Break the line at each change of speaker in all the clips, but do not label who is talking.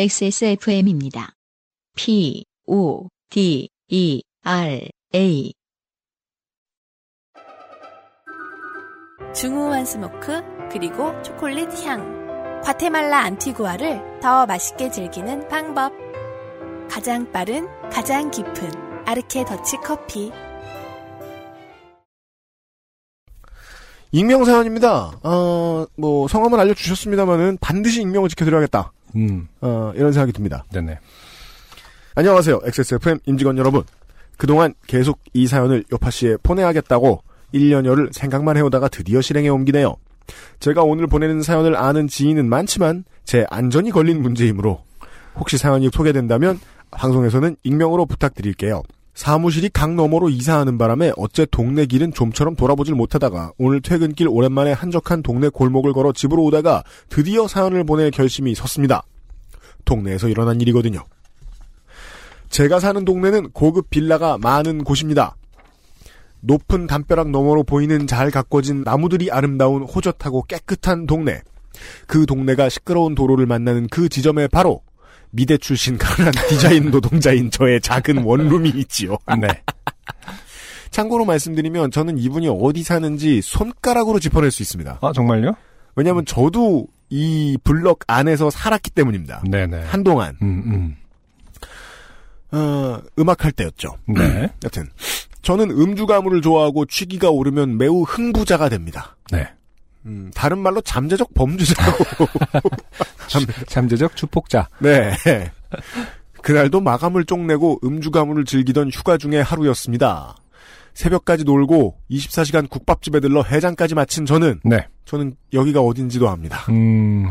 XSFM입니다. P, O, D, E, R, A.
중후한 스모크 그리고 초콜릿 향. 과테말라 안티구아를 더 맛있게 즐기는 방법. 가장 빠른, 가장 깊은 아르케 더치 커피.
익명 사연입니다. 어, 뭐 성함을 알려 주셨습니다만은 반드시 익명을 지켜드려야겠다.
음,
어, 이런 생각이 듭니다.
네네.
안녕하세요. XSFM 임직원 여러분. 그동안 계속 이 사연을 요파 씨에 보내야겠다고 1년여를 생각만 해오다가 드디어 실행에 옮기네요. 제가 오늘 보내는 사연을 아는 지인은 많지만 제 안전이 걸린 문제이므로 혹시 사연이 소개된다면 방송에서는 익명으로 부탁드릴게요. 사무실이 강 너머로 이사하는 바람에 어째 동네 길은 좀처럼 돌아보질 못하다가 오늘 퇴근길 오랜만에 한적한 동네 골목을 걸어 집으로 오다가 드디어 사연을 보낼 결심이 섰습니다. 동네에서 일어난 일이거든요. 제가 사는 동네는 고급 빌라가 많은 곳입니다. 높은 담벼락 너머로 보이는 잘 가꿔진 나무들이 아름다운 호젓하고 깨끗한 동네. 그 동네가 시끄러운 도로를 만나는 그 지점에 바로 미대 출신 가난 디자인 노동자인 저의 작은 원룸이 있지요.
네.
참고로 말씀드리면 저는 이분이 어디 사는지 손가락으로 짚어낼 수 있습니다.
아, 정말요?
왜냐하면 저도 이 블럭 안에서 살았기 때문입니다.
네네.
한동안
음,
어, 음악할 때였죠.
음. 네.
여튼 저는 음주 가물을 좋아하고 취기가 오르면 매우 흥부자가 됩니다.
네.
음, 다른 말로 잠재적 범죄자고.
잠재적 주폭자.
네. 그날도 마감을 쪽내고 음주 가물을 즐기던 휴가 중의 하루였습니다. 새벽까지 놀고 24시간 국밥집에 들러 해장까지 마친 저는
네.
저는 여기가 어딘지도 압니다.
음,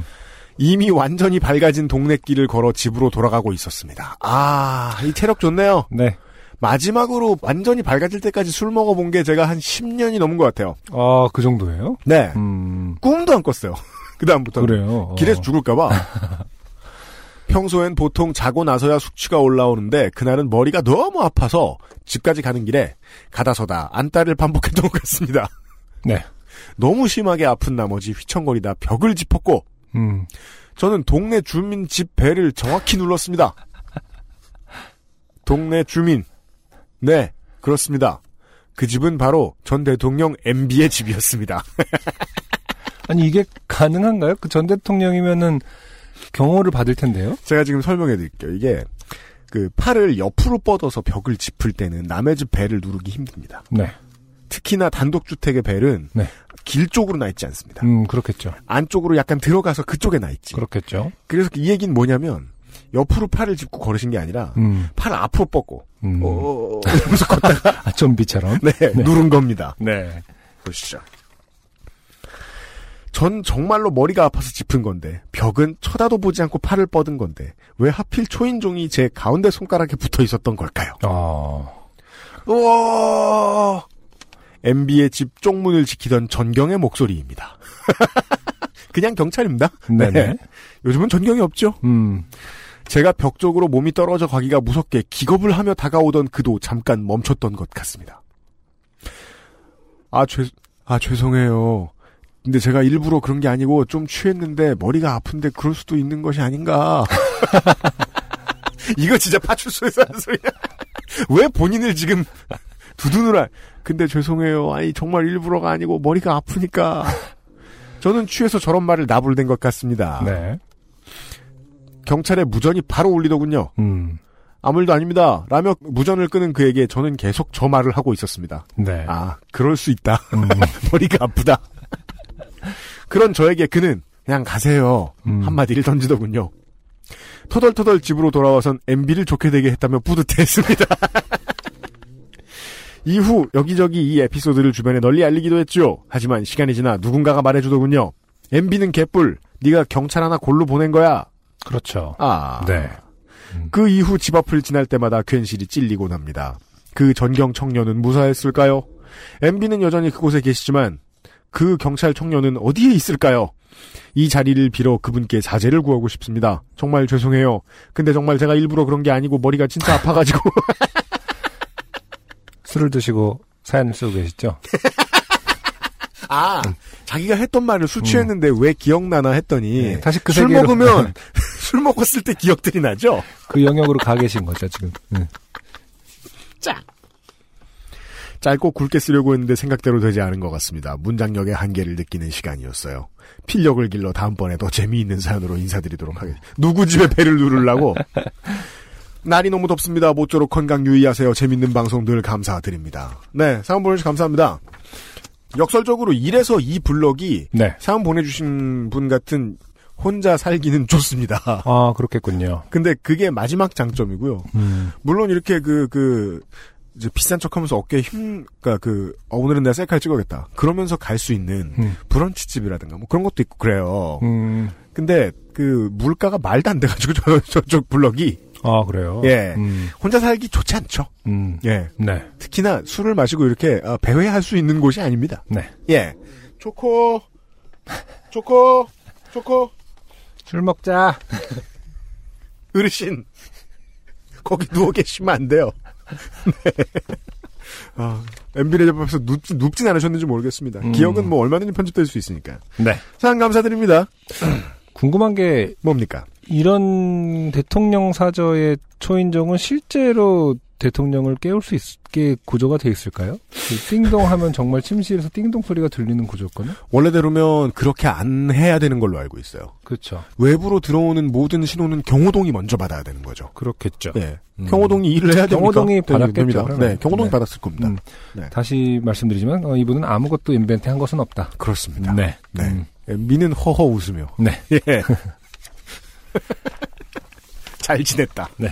이미 완전히 밝아진 동네길을 걸어 집으로 돌아가고 있었습니다. 아, 이 체력 좋네요.
네.
마지막으로 완전히 밝아질 때까지 술 먹어본 게 제가 한 10년이 넘은 것 같아요.
아, 그 정도예요?
네.
음,
꿈도 안 꿨어요. 그다음부터.
그래요. 어.
길에서 죽을까봐. 평소엔 보통 자고 나서야 숙취가 올라오는데 그날은 머리가 너무 아파서 집까지 가는 길에 가다서다 안달을 반복했던 것 같습니다.
네.
너무 심하게 아픈 나머지 휘청거리다 벽을 짚었고
음,
저는 동네 주민 집 배를 정확히 눌렀습니다. 동네 주민. 네, 그렇습니다. 그 집은 바로 전 대통령 MB의 집이었습니다.
아니 이게 가능한가요? 그 전 대통령이면은 경호를 받을 텐데요.
제가 지금 설명해 드릴게요. 이게 그 팔을 옆으로 뻗어서 벽을 짚을 때는 남의 집 배를 누르기 힘듭니다.
네.
특히나 단독주택의 배는
네.
길 쪽으로 나 있지 않습니다.
음, 그렇겠죠.
안쪽으로 약간 들어가서 그쪽에 나 있지.
그렇겠죠.
그래서 이 얘기는 뭐냐면 옆으로 팔을 짚고 걸으신 게 아니라
음,
팔을 앞으로 뻗고
음.
어,
아, 좀비처럼.
네, 누른 겁니다.
네.
보시죠. 전 정말로 머리가 아파서 짚은 건데 벽은 쳐다도 보지 않고 팔을 뻗은 건데 왜 하필 초인종이 제 가운데 손가락에 붙어 있었던 걸까요?
어,
우와! MB의 집 쪽문을 지키던 전경의 목소리입니다. 그냥 경찰입니다.
네네.
요즘은 전경이 없죠.
음,
제가 벽 쪽으로 몸이 떨어져 가기가 무섭게 기겁을 하며 다가오던 그도 잠깐 멈췄던 것 같습니다. 아, 죄, 아, 죄송해요. 근데 제가 일부러 그런 게 아니고 좀 취했는데 머리가 아픈데 그럴 수도 있는 것이 아닌가. 이거 진짜 파출소에서 하는 소리야. 왜 본인을 지금 두두누라. 근데 죄송해요. 아니, 정말 일부러가 아니고 머리가 아프니까. 저는 취해서 저런 말을 나불댄 것 같습니다.
네.
경찰에 무전이 바로 울리더군요.
음,
아무 일도 아닙니다. 라며 무전을 끄는 그에게 저는 계속 저 말을 하고 있었습니다.
네.
아, 그럴 수 있다.
음,
머리가 아프다. 그런 저에게 그는 그냥 가세요.
음.
한마디를 던지더군요. 터덜터덜 집으로 돌아와선 MB를 좋게 되게 했다며 뿌듯해했습니다. 이후 여기저기 이 에피소드를 주변에 널리 알리기도 했죠. 하지만 시간이 지나 누군가가 말해주더군요. MB는 개뿔. 네가 경찰 하나 골로 보낸 거야.
그렇죠.
아.
네.
그 이후 집 앞을 지날 때마다 괜시리 찔리곤 합니다. 그 전경 청년은 무사했을까요? MB는 여전히 그곳에 계시지만 그 경찰 청년은 어디에 있을까요? 이 자리를 빌어 그분께 자제를 구하고 싶습니다. 정말 죄송해요. 근데 정말 제가 일부러 그런 게 아니고 머리가 진짜 아파가지고
술을 드시고 사연을 쓰고 계시죠?
아 자기가 했던 말을 술 취했는데 왜 기억나나 했더니
네, 다시 그
술
세계로.
먹으면 술 먹었을 때 기억들이 나죠?
그 영역으로 가 계신 거죠, 지금. 네.
짧고 굵게 쓰려고 했는데 생각대로 되지 않은 것 같습니다. 문장력의 한계를 느끼는 시간이었어요. 필력을 길러 다음번에 더 재미있는 사연으로 인사드리도록 하겠습니다. 누구 집에 배를 누르려고? 날이 너무 덥습니다. 모쪼록 건강 유의하세요. 재밌는 방송 늘 감사드립니다. 네, 사연 보내주셔서 감사합니다. 역설적으로 이래서 이 블럭이
네.
사연 보내주신 분 같은 혼자 살기는 좋습니다.
아, 그렇겠군요.
근데 그게 마지막 장점이고요.
음.
물론 이렇게 그, 그, 이제 비싼 척 하면서 어깨에 힘, 그니까 그, 어, 오늘은 내가 셀카를 찍어야겠다. 그러면서 갈 수 있는
음.
브런치 집이라든가 뭐 그런 것도 있고 그래요.
음.
근데 그, 물가가 말도 안 돼가지고 저, 저쪽 블럭이.
아, 그래요?
예.
음.
혼자 살기 좋지 않죠.
음.
예.
네.
특히나 술을 마시고 이렇게 아, 배회할 수 있는 곳이 아닙니다.
네.
예. 초코, 초코, 초코,
술 먹자.
어르신. 거기 누워 계시면 안 돼요. 네. 아, MB를 접하면서 눕지, 눕진 않으셨는지 모르겠습니다.
음.
기억은 뭐 얼마든지 편집될 수 있으니까.
네.
사연 감사드립니다.
궁금한 게
뭡니까?
이런 대통령 사저의 초인종은 실제로 대통령을 깨울 수 있게 구조가 돼 있을까요? 그 띵동 하면 정말 침실에서 띵동 소리가 들리는 구조였거든요.
원래대로면 그렇게 안 해야 되는 걸로 알고 있어요.
그렇죠.
외부로 들어오는 모든 신호는 경호동이 먼저 받아야 되는 거죠.
그렇겠죠.
네.
음.
경호동이 일을 해야 됩니까?
경호동이
네,
받았겠죠,
됩니다.
그러면.
네, 경호동이
네.
받았을 겁니다.
음. 다시 말씀드리지만 어, 이분은 아무것도 인벤트한 것은 없다.
그렇습니다.
네.
네.
음.
미는 허허 웃으며.
네.
예. 잘 지냈다.
네.